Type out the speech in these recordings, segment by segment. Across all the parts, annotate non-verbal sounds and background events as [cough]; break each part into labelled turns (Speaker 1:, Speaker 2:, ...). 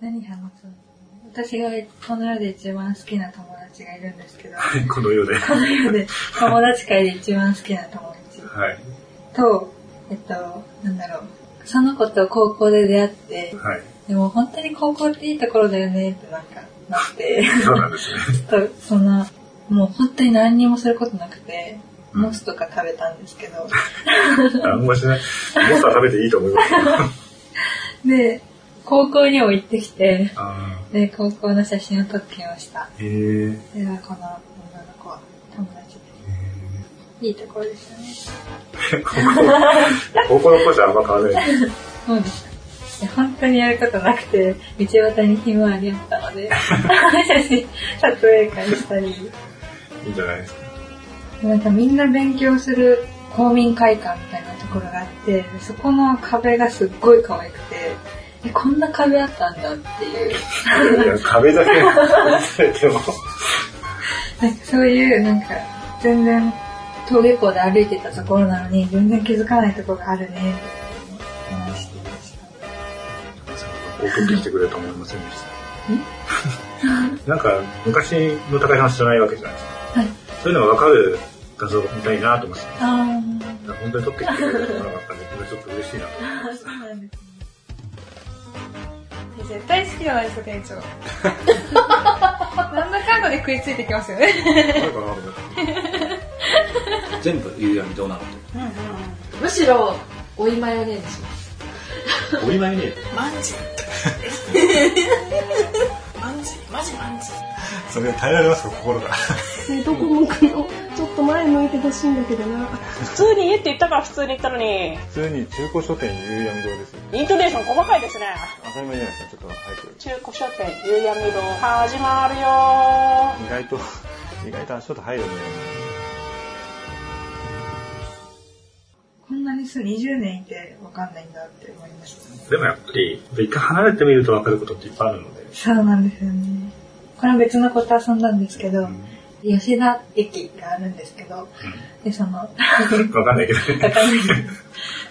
Speaker 1: 何話そう私がこの世で一番好きな友達がいるんですけど、
Speaker 2: はい、この世で。
Speaker 1: この世で友達界で一番好きな友達
Speaker 2: はい。
Speaker 1: と、えっと、なんだろう。その子と高校で出会って、
Speaker 2: はい。
Speaker 1: でも本当に高校っていいところだよねってなんかなって、
Speaker 2: そうなんですね。
Speaker 1: ちょっとそんな、もう本当に何にもすることなくて、
Speaker 2: うん
Speaker 1: モスとか食べたんですけど、
Speaker 2: あんましない。モスは食べていいと思いますよ。
Speaker 1: で、高校にも行ってきて、
Speaker 2: あ
Speaker 1: で、高校の写真を撮ってきました。
Speaker 2: ーへ
Speaker 1: で
Speaker 2: ー
Speaker 1: は、この女の子は友達です。
Speaker 2: へ
Speaker 1: いいところでしたね。
Speaker 2: ー高校高校の子じゃあんま変わらない。
Speaker 1: そうでした。いや本当にやることなくて、道端にひまわりあったので、写真撮影会したり、
Speaker 2: いいんじゃないですか。
Speaker 1: なんかみんな勉強する公民会館みたいなところがあって、そこの壁がすっごい可愛くて、え、こんな壁あったんだっていう、
Speaker 2: いや壁だけ見せても。
Speaker 1: なんかそういう、なんか全然登下校で歩いてたところなのに、全然気づかないところがあるね、って話してました。
Speaker 2: 送ってきてくれると思いませんでした。なんか、昔の高い話じゃないわけじゃないですか。
Speaker 1: はい。
Speaker 2: そういうのがわかる画像みたいなと思って。
Speaker 1: あ
Speaker 2: 本当に撮ってきてくれると思わなかったんで、これちょっと嬉しいなと思いま
Speaker 1: あ、
Speaker 2: す
Speaker 1: そ。うなんですね。絶対好きじゃないですか、店長。なんだかんだで食いついてきますよね。
Speaker 2: なんかなと思って
Speaker 3: 全部言うようにどうなのと。
Speaker 1: うんうん。
Speaker 4: むしろ、おいマヨネーズします。
Speaker 3: お祝いね。
Speaker 5: マンジ。マンジ、マジマンジ。
Speaker 2: それ耐えられますか、心が。
Speaker 6: ねどこ向くのちょっと前向いてほしいんだけどな。
Speaker 7: 普通に家って言ったから普通に言ったのに、
Speaker 8: 普通に中古書店夕闇堂ですよ。
Speaker 7: イントネーション細かいですね。
Speaker 8: 当たり前じゃないですか、ちょっと早く。
Speaker 7: 中古書店、夕闇堂、始まるよ
Speaker 8: 意外と、意外と足音入るね。
Speaker 1: こんなにす20年いてわかんないんだって思いました。
Speaker 2: でもやっぱり、一回離れてみるとわかることっていっぱいあるので。
Speaker 1: そうなんですよね。これは別の子と遊んだんですけど、吉田駅があるんですけど、で、その、わ
Speaker 2: わかんないけど。
Speaker 1: かんないけど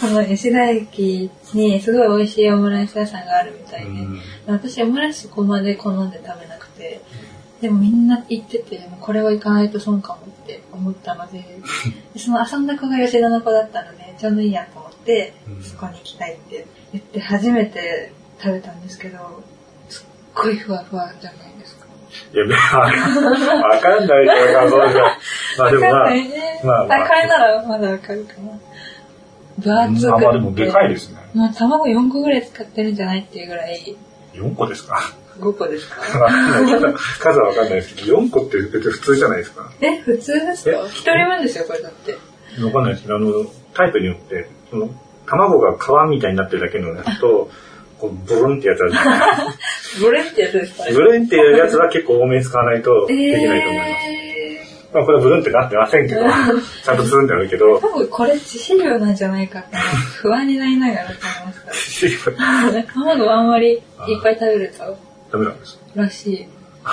Speaker 1: その吉田駅にすごい美味しいオムライス屋さんがあるみたいで、
Speaker 2: うん
Speaker 1: 私オムライスそこまで好んで食べなくて、でもみんな行ってて、もうこれは行かないと損かもって思ったので、
Speaker 2: [laughs]
Speaker 1: でその遊んだ子が吉田の子だったので、ちょうどいいやと思って
Speaker 2: う、ん
Speaker 1: そこに行きたいって言って初めて食べたんですけど、すっごいふわふわじゃないですか。
Speaker 2: いや、わかんないけどな、そう
Speaker 1: [laughs]
Speaker 2: じゃ。まあで
Speaker 1: わかん
Speaker 2: もな
Speaker 1: な、いね。
Speaker 2: まあまあ
Speaker 1: あ、これならまだわかるかな。分厚くて。
Speaker 2: あまあでもでかいですね。
Speaker 1: まあ、卵4個ぐらい使ってるんじゃないっていうぐらい、
Speaker 2: 4個ですか
Speaker 1: 5個ですか
Speaker 2: わかんないけど数はわかんないですけど、4個って別に普通じゃないですか。
Speaker 1: え、普通ですか
Speaker 2: え
Speaker 1: ?1 人分ですよ、これだって。
Speaker 2: わかんないですけど、あの、タイプによって、その、卵が皮みたいになってるだけのやつと、こう、ブルンってやつあ
Speaker 1: ブレってやつですか
Speaker 2: る。ブルンっていうやつは結構多めに使わないと
Speaker 1: え
Speaker 2: できないと思います。
Speaker 1: え
Speaker 2: まあこれはブルンってなってませんけど、ちゃんとツンってあるけ
Speaker 1: ー、
Speaker 2: ど、 [laughs]
Speaker 1: 多分これ致死量なんじゃないかって不安になりながら食べました。卵をあんまりいっぱい食べると、
Speaker 2: ダメなんです。
Speaker 1: らしい。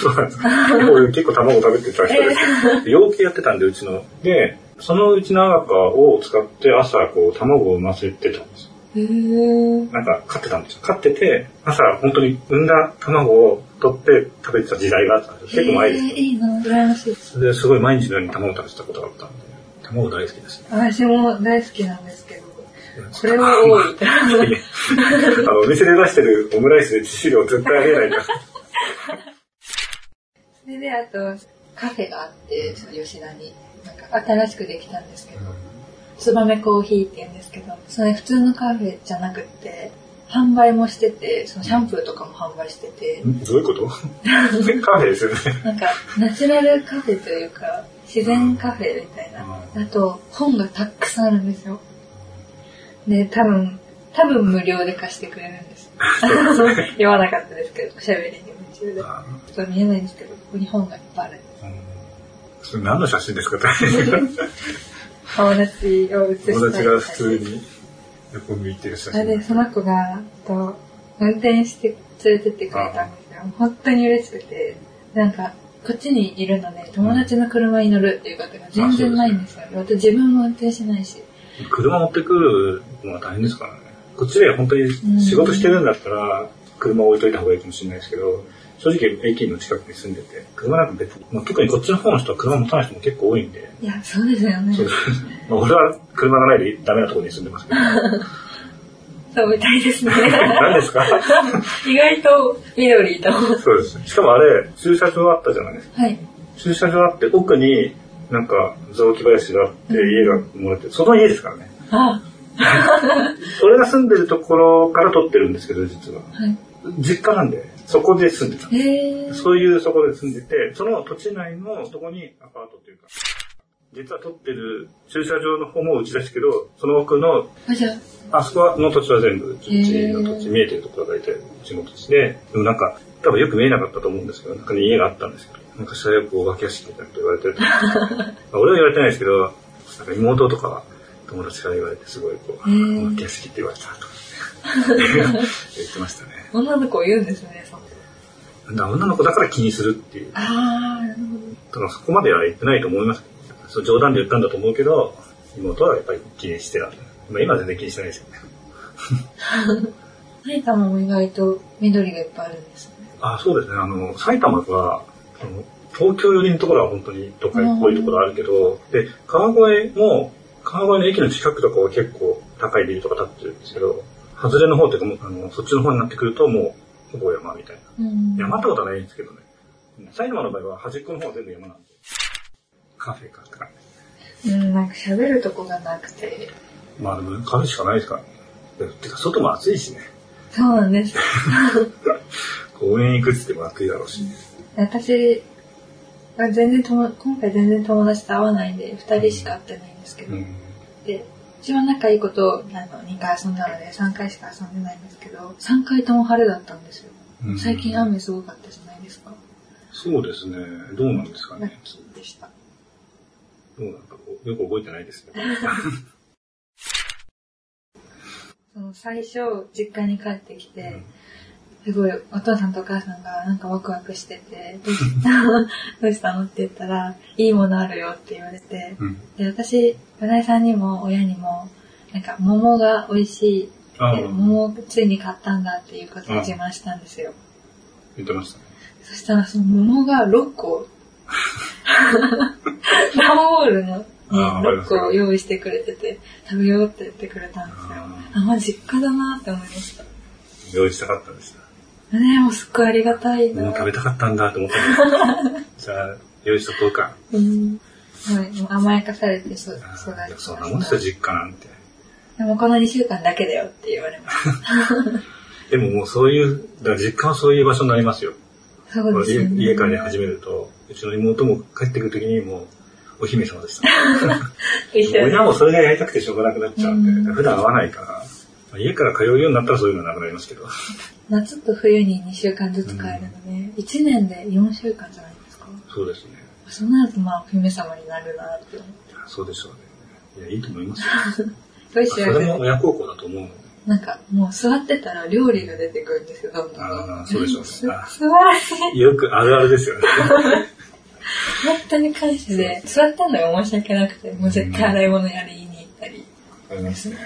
Speaker 2: そうなんですか。結構、結構卵食べてた人です。養鶏やってたんで、うちの。で、そのうちの赤を使って朝、こう、卵を産ませてたんです。
Speaker 1: へー。
Speaker 2: なんか、飼ってたんですよ。飼ってて、朝、本当に産んだ卵を取って食べてた時代があったんですよ。結構前
Speaker 1: えー
Speaker 2: で
Speaker 1: いいな、羨ましいです。
Speaker 2: す。ですごい毎日のように卵を食べてたことがあったんで、卵大好きですね。
Speaker 1: 私も大好きなんですけど、これは多い。
Speaker 2: あの、お店で出してるオムライスで致死量絶対ありえないから。
Speaker 1: それで、あと、カフェがあって、その吉田に、なんか新しくできたんですけど、ツバメコーヒーって言うんですけど、それ普通のカフェじゃなくって、販売もしてて、そのシャンプーとかも販売してて、
Speaker 2: んどういうことカフェですよね。
Speaker 1: なんか、ナチュラルカフェというか、自然カフェみたいな。
Speaker 2: う
Speaker 1: あと、本がたくさんあるんですよ。で、多分、多分無料で貸してくれるんです。 [laughs] 読まなかったですけど、おしゃべりに夢中で。
Speaker 2: あ
Speaker 1: ちょっと見えないんですけど、ここに本がいっぱいある。
Speaker 2: うんそれ何の写真ですか
Speaker 1: 友達を写したり
Speaker 2: 友達が普通に横向いてる写
Speaker 1: あで、そ
Speaker 2: 真。
Speaker 1: の子が、えっと運転して連れてってくれたんですよ。本当に嬉しくて、なんか、こっちにいるので、友達の車に乗るっていうことが全然ないんですよ。私自分も運転しないし。
Speaker 2: 車持ってくるのは大変ですからね。こっちで本当に仕事してるんだったら、車を置いといた方がいいかもしれないですけど、正直駅の近くに住んでて、車なんか別に、まあ、特にこっちの方の人は車持たない人も結構多いんで、
Speaker 1: いや、そうですよね。
Speaker 2: そうですね [laughs] まあ俺は車がないでダメなところに住ん
Speaker 1: [laughs]
Speaker 2: でますけど、
Speaker 1: そうみたいですね。
Speaker 2: 何ですか
Speaker 1: [laughs] 意外と緑いた方。
Speaker 2: そうですね。しかもあれ、駐車場あったじゃないですか。
Speaker 1: はい。
Speaker 2: 駐車場あって、奥になんか雑木林があって、家がもらって、その家ですからね。
Speaker 1: あ、
Speaker 2: 俺が住んでるところから撮ってるんですけど、実は。
Speaker 1: はい。
Speaker 2: 実家なんで、そこで住んでた。
Speaker 1: えー、
Speaker 2: そういうそこで住んでて、その土地内のそこにアパートというか、実は撮ってる駐車場の方もうちですけど、その奥の、
Speaker 1: あじゃあ、
Speaker 2: あそこの土地は全部、うちの土地、
Speaker 1: へー
Speaker 2: 見えてるところは大体うちの土地で、でもなんか、多分よく見えなかったと思うんですけど、中に家があったんですけど、なんかそれをこうお化け屋敷みたいなこと言われてると思うんですけどまあ俺は言われてないですけど、なんか妹とか友達から言われて、すごいこう、
Speaker 1: ー
Speaker 2: お化け屋敷って言われたとか [laughs] ね言ってましたね。
Speaker 1: 女の子を言うんですね、その
Speaker 2: だから女の子だから気にするっていう。
Speaker 1: あー、なるほど。
Speaker 2: だからそこまでは言ってないと思いますけどそう冗談で言ったんだと思うけど、妹はやっぱり気にしてた。まあ今は全然気にしてないですよね。
Speaker 1: 埼玉も意外と緑がいっぱいあるんですね。
Speaker 2: あ、そうですね。あの、埼玉は、あの東京寄りのところは本当に都会っぽいところあるけど、で、川越も、川越の駅の近くとかは結構高いビルとか建ってるんですけど、外れの方というかもうあの、そっちの方になってくるともう、ほぼ山みたいな。
Speaker 1: うん。
Speaker 2: 山ってことはないんですけどね。埼玉の場合は端っこの方は全部山なんで。カフェかって感じ。
Speaker 1: うん、なんか喋るとこがなくて。
Speaker 2: まあでもカフェしかないですからね。でてか外も暑いしね。
Speaker 1: そうなんです。
Speaker 2: 公園行くっつっても暑いだろうし。
Speaker 1: 私、全然友今回全然友達と会わないんで、二人しか会ってないんですけど、
Speaker 2: うん。
Speaker 1: で、一番仲いい子とあの2回遊んだので、3回しか遊んでないんですけど、3回とも晴れだったんですよ。
Speaker 2: うん
Speaker 1: 最近雨すごかったじゃないですか。
Speaker 2: そうですね。どうなんですか
Speaker 1: ラッ
Speaker 2: ね。
Speaker 1: キーでした。
Speaker 2: どうなんかよく覚えてな
Speaker 1: [laughs]
Speaker 2: いですね。
Speaker 1: その最初、実家に帰ってき
Speaker 2: う
Speaker 1: て
Speaker 2: ん、
Speaker 1: すごいお父さんとお母さんがなんかワクワクしてて、どうした [laughs] どうしたのって言ったら、いいものあるよって言われて、
Speaker 2: うん。
Speaker 1: で、私、船井さんにも親にも、なんか桃が美味しいって、
Speaker 2: ああ、
Speaker 1: 桃をついに買ったんだっていうことを自慢したんですよ。
Speaker 2: 言ってましたね。
Speaker 1: そしたらその桃が6個、 [laughs] 段ボールの、ね、
Speaker 2: ああわかりま
Speaker 1: 6
Speaker 2: すよ
Speaker 1: 個を用意してくれてて、食べようって言ってくれたんですよ。
Speaker 2: あ
Speaker 1: あ、まあ、実家だなって思いました。
Speaker 2: ー用意したかったんです。
Speaker 1: ねもうすっごいありがたい
Speaker 2: も
Speaker 1: な
Speaker 2: う。食べたかったんだと思ったんです。じゃあ、用意しとこうか。
Speaker 1: うん。はい、もう甘やかされてそ育ち
Speaker 2: あ
Speaker 1: ま
Speaker 2: ーでも
Speaker 1: し
Speaker 2: そんなもんですよ、
Speaker 1: た。
Speaker 2: 実家なんて。
Speaker 1: でもこの2週間だけだよって言われました。
Speaker 2: でももうそういう、だから実家はそういう場所になりますよ。
Speaker 1: そうです
Speaker 2: 家
Speaker 1: よね。
Speaker 2: 家からね
Speaker 1: [laughs]
Speaker 2: 始めると、うちの妹も帰ってくるときにもう、お姫様でした。
Speaker 1: 一緒に
Speaker 2: 親もそれがやりたくてしょうがなくなっちゃうんで、
Speaker 1: うん
Speaker 2: 普段会わないから、まあ家から通うようになったらそういうのはなくなりますけど。
Speaker 1: 夏と冬に2週間ずつ帰るので、1年で4週間じゃないですか。
Speaker 2: そうですね。
Speaker 1: そうなるとまあ、お姫様になるなって思う。
Speaker 2: いやそうでしょうね。いや、いいと思いますよ。
Speaker 1: どう
Speaker 2: そ
Speaker 1: しよ
Speaker 2: れも
Speaker 1: う。
Speaker 2: 親孝行だと思うので。
Speaker 1: なんか、もう座ってたら料理が出てくるんですよ、どんどん。
Speaker 2: ああ、そうでしょう
Speaker 1: す素
Speaker 2: ね。あ
Speaker 1: 晴らしい。
Speaker 2: よくあるあるですよね。
Speaker 1: 本当に感謝で、座ったのが申し訳なくて、もう絶対洗い物やりに行ったり。
Speaker 2: ありますね。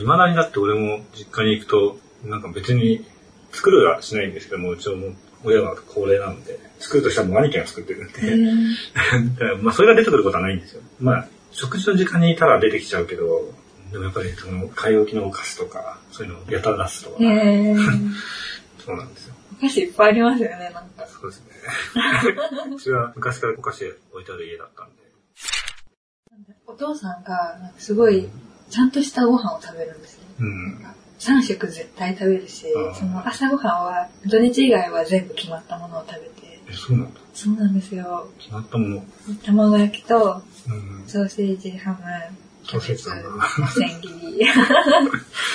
Speaker 2: いまだにだって俺も実家に行くと、なんか別に作るはしないんですけども、うちはもう親が高齢なんで、作るとしたらもう兄貴が作ってるんで、で [laughs] まあそれが出てくることはないんですよ。まあ、食事の時間にいたら出てきちゃうけど、でもやっぱりその、買い置きのお菓子とか、そういうのをやたら出すとか、
Speaker 1: ねえー。
Speaker 2: そうなんですよ。
Speaker 1: お菓子いっぱいありますよね、なんか。
Speaker 2: そう [laughs] ですね。うちは昔からお菓子置いてある家だったんで、
Speaker 1: お父さんが、なんかすごい、ちゃんとしたご飯を食べるんですよ。
Speaker 2: うん。
Speaker 1: 3食絶対食べるし
Speaker 2: あ、ー
Speaker 1: その朝ごはんは、土日以外は全部決まったものを食べて、
Speaker 2: え、そうなんだ。
Speaker 1: そうなんですよ。
Speaker 2: 決まったもの。
Speaker 1: 卵焼きと、
Speaker 2: うん。
Speaker 1: ソーセージ、ハム、キャベツ、
Speaker 2: ソーセ
Speaker 1: 千
Speaker 2: ージ
Speaker 1: 切
Speaker 2: [laughs]
Speaker 1: り、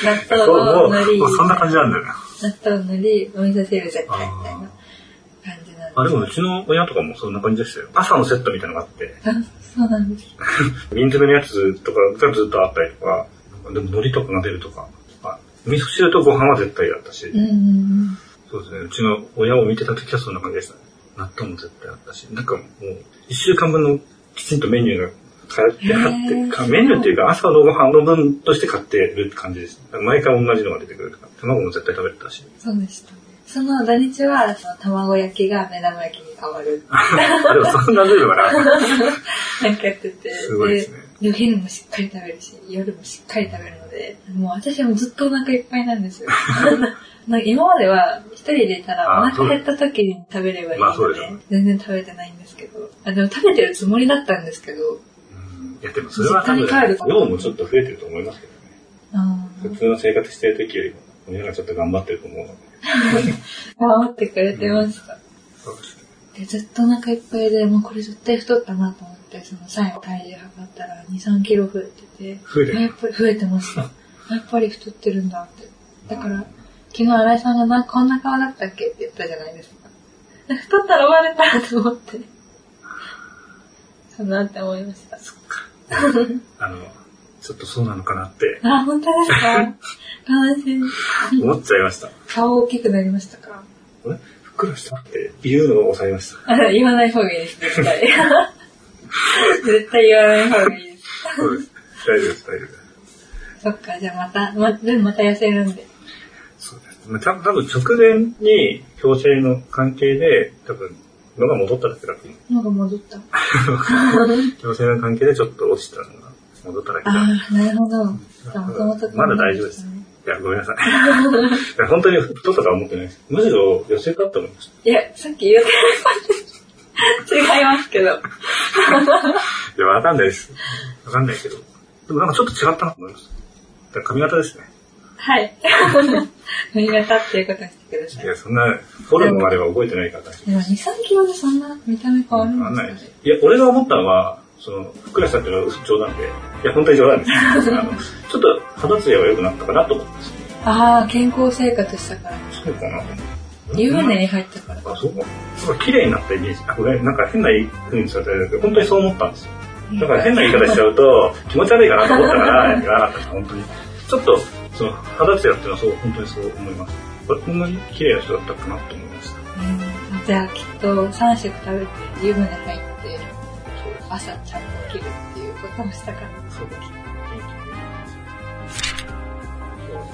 Speaker 1: 納
Speaker 2: そう、
Speaker 1: 豆
Speaker 2: もう、
Speaker 1: のり、
Speaker 2: もうそんな感じなんだよね。
Speaker 1: 納豆のり、お味噌汁絶対みたいな
Speaker 2: あ
Speaker 1: 感じなん
Speaker 2: あ、で
Speaker 1: で
Speaker 2: もうちの親とかもそんな感じでしたよ。朝のセットみたいなのがあって、
Speaker 1: す。あそうなんです。
Speaker 2: 瓶詰めのやつとかがずっとあったりとか、でも海苔とかが出るとか、あ味噌汁とご飯は絶対だったし、
Speaker 1: うんうん
Speaker 2: そうですね、うちの親を見てた時はそんな感じでしたね。納豆も絶対あったし、なんかもう、一週間分のきちんとメニューが買って買って、かメニューっていうか朝のご飯の分として買ってるって感じです。毎回同じのが出てくるから、卵も絶対食べてたし。
Speaker 1: そうでしたね。その土日は、その卵焼きが目玉焼きに変わる。
Speaker 2: あ、でもそんなルールはなかった。
Speaker 1: なんかやってて。
Speaker 2: すごいですね
Speaker 1: で。でお昼もしっかり食べるし、夜もしっかり食べるので、もう私はもうずっとお腹いっぱいなん
Speaker 2: [laughs]
Speaker 1: ですよ。なんか今までは一人でいたらお
Speaker 2: あそう
Speaker 1: 腹減った時に食べればいい
Speaker 2: まあそ
Speaker 1: の
Speaker 2: う
Speaker 1: で
Speaker 2: ですよね、
Speaker 1: 全然食べてないんですけど。あ、でも食べてるつもりだったんですけど、
Speaker 2: うんいや、でもそれは多分
Speaker 1: 実家に帰ると、
Speaker 2: 量もちょっと増えてると思いますけどね。
Speaker 1: あ
Speaker 2: 普 [laughs]
Speaker 1: ー
Speaker 2: 通の生活してる時よりも、親がちょっと頑張ってると思うので。
Speaker 1: 頑張ってくれてました。
Speaker 2: そうですね。
Speaker 1: でずっとお腹いっぱいで、もうこれ絶対太ったなと思って、その最後体重測ったら2、3キロ増えてて、
Speaker 2: 増えてる
Speaker 1: あやっぱり増えてました。あやっぱり太ってるんだって。だから、昨日新井さんがな、こんな顔だったっけって言ったじゃないですか。で太ったら終われたと思って、そうなって思いました。
Speaker 2: あの、ちょっとそうなのかな [laughs] って
Speaker 1: あ、本当ですか悲しい。
Speaker 2: 思っちゃいました。
Speaker 1: 顔大きくなりましたか
Speaker 2: あれふっくらしたって言うのを抑えまし
Speaker 1: [laughs]
Speaker 2: た。
Speaker 1: あ言わない方がいいです、絶 [laughs] 対。絶対言わない方がいいです。
Speaker 2: そうです。大丈夫です、大丈夫です。
Speaker 1: そっか、じゃあまた、ま、でもまた痩せるんで。
Speaker 2: そうです。まあ、多分多分直前に強制の関係で、多分、のが戻っただけだと思う。
Speaker 1: なんか戻った。あ
Speaker 2: 強制の関係でちょっと落ちたのが戻っただけだ。
Speaker 1: あー、なるほど。じゃあもともと
Speaker 2: まだ大丈夫です。いや、ごめんなさい。いや本当に太ったとは思ってないです。むしろ痩せたと思いまし
Speaker 1: いや、さっき言うて違い [laughs] ますけど。
Speaker 2: た。いや、わかんないです。わかんないけど。でもなんかちょっと違ったなと思いました。だから髪型ですね。
Speaker 1: はい。 [laughs] 髪型っていうことにしてくださ
Speaker 2: い
Speaker 1: い。
Speaker 2: や、そんな、フォルムまでは覚えてないから大丈
Speaker 1: で
Speaker 2: 夫
Speaker 1: も2、3キロでそんな見た目変わる
Speaker 2: わか
Speaker 1: ん
Speaker 2: ん
Speaker 1: で
Speaker 2: ないですす
Speaker 1: かね。
Speaker 2: いや、俺が思ったのは、その、ふっくらしたっていうのは冗談で、いや、本当に冗談です。あのちょっと肌ツヤが良くなったかなと思ってます。
Speaker 1: ああ、健康生活したから。
Speaker 2: そうかな。
Speaker 1: 湯船に入ったから。
Speaker 2: あ、そうか。なんか綺麗になったイメージ。あ、ごめん、なんか変な風にされたけど、本当にそう思ったんですよ。だから変な言い方しちゃうと、気持ち悪いかなと思ったから、言わなかった、本当に。ちょっと、その、肌ツヤっていうのはそう、本当にそう思います。これこんなに綺麗な人だったかなと思いました。
Speaker 1: うんじゃあきっと3食食べて湯船入って
Speaker 2: そうです。
Speaker 1: 朝ちゃんと起きるっていうこともしたから。
Speaker 2: そうです。いっ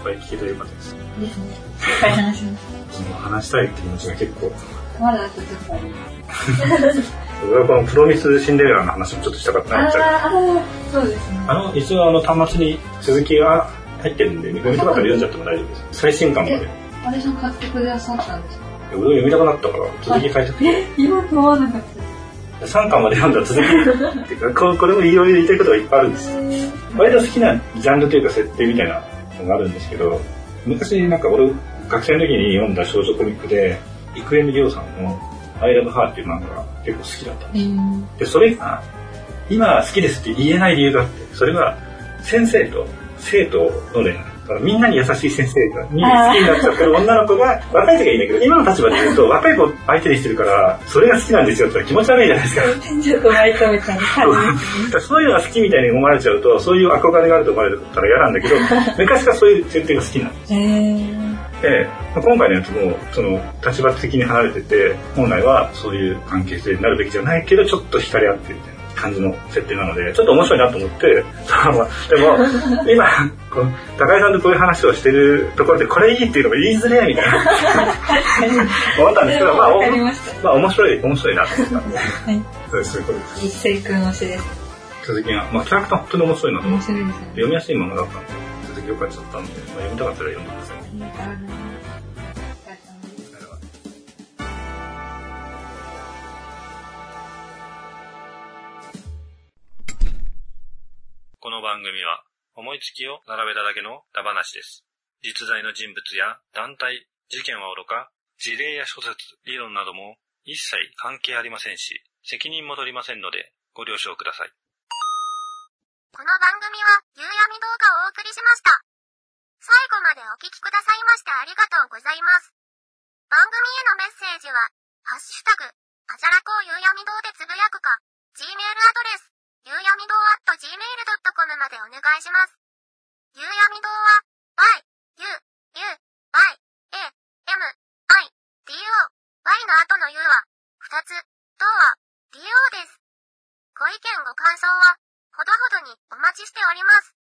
Speaker 2: ぱい聞けてよかったです。
Speaker 1: ですね。いっぱい話しまし
Speaker 2: その話したいって気持ちが結構、
Speaker 1: た。まだあと10分あります。
Speaker 2: 俺はこのプロミスシンデレラの話もちょっとしたかったなみたいな。
Speaker 1: ああ、そうですね。
Speaker 2: あの、一応あの端末に続きが入ってるんで、見込みとかから読んじゃっても大丈夫です。最新刊まで。いや
Speaker 1: あれさん買ってくださったんですか
Speaker 2: 俺も読みたくなったから、続き書いてて。
Speaker 1: 今買わなかった。
Speaker 2: 3巻まで読んだら続き。っていうか、ここれもいろいろ言いたいことがいっぱいあるんです。割と好きなジャンルというか設定みたいなのがあるんですけど、昔なんか俺、学生の時に読んだ少女コミックで、郁恵美涼さんの I love her っていう漫画が結構好きだったんです
Speaker 1: え
Speaker 2: [laughs]
Speaker 1: ー、
Speaker 2: で、それが、今好きですって言えない理由があって、それは先生と生徒のね、だからみんなに優しい先生が、に好きになっちゃってる女の子が、若い時はいいんだけど、今の立場で言うと、若い子相手にしてるから、それが好きなんですよって言ったら気持ち悪いじゃないですか。
Speaker 1: ちょっとバイトみたいな感じです。
Speaker 2: だからそういうのが好きみたいに思われちゃうと、そういう憧れがあると思われたら嫌なんだけど、昔からそういう設定が好きなんです。
Speaker 1: えー、
Speaker 2: で、まあ今回のやつも、その、立場的に離れてて、本来はそういう関係性になるべきじゃないけど、ちょっと惹かれ合ってみたいな感じの設定なので、ちょっと面白いなと思って、ただまあでも、今、この高井さんとこういう話をしてるところで、これいいっていうのが言いづれえみたいな、思ったんですけど、まあ、
Speaker 1: わ
Speaker 2: お
Speaker 1: かりました。
Speaker 2: まあ、面白い、面白いなと思ったんで、
Speaker 1: い
Speaker 2: そうですそういうことです。
Speaker 1: 一斉くん推しです。
Speaker 2: 続きが、まあ、キャラクター本当に面白いなと思
Speaker 1: 面
Speaker 2: って、
Speaker 1: 白いですね。
Speaker 2: 読みやすいものだったんで、続きよくやっちゃったんで、まあ、読みたかったら読んでください。
Speaker 1: ありがとうございますお疲れ様です。
Speaker 9: この番組は思いつきを並べただけのダバなしです。実在の人物や団体、事件はおろか、事例や諸説、理論なども一切関係ありませんし、責任も取りませんのでご了承ください。
Speaker 10: この番組は夕闇動画をお送りしました。最後までお聞きくださいましてありがとうございます。番組へのメッセージは、ハッシュタグ、あじゃらこう夕闇堂でつぶやくか、Gmail アドレス、夕闇堂 at gmail.com までお願いします。夕闇堂は、y, u, u, y, a, m, i, d, o, y の後の u は、2つ、堂は、do です。ご意見ご感想は、ほどほどにお待ちしております。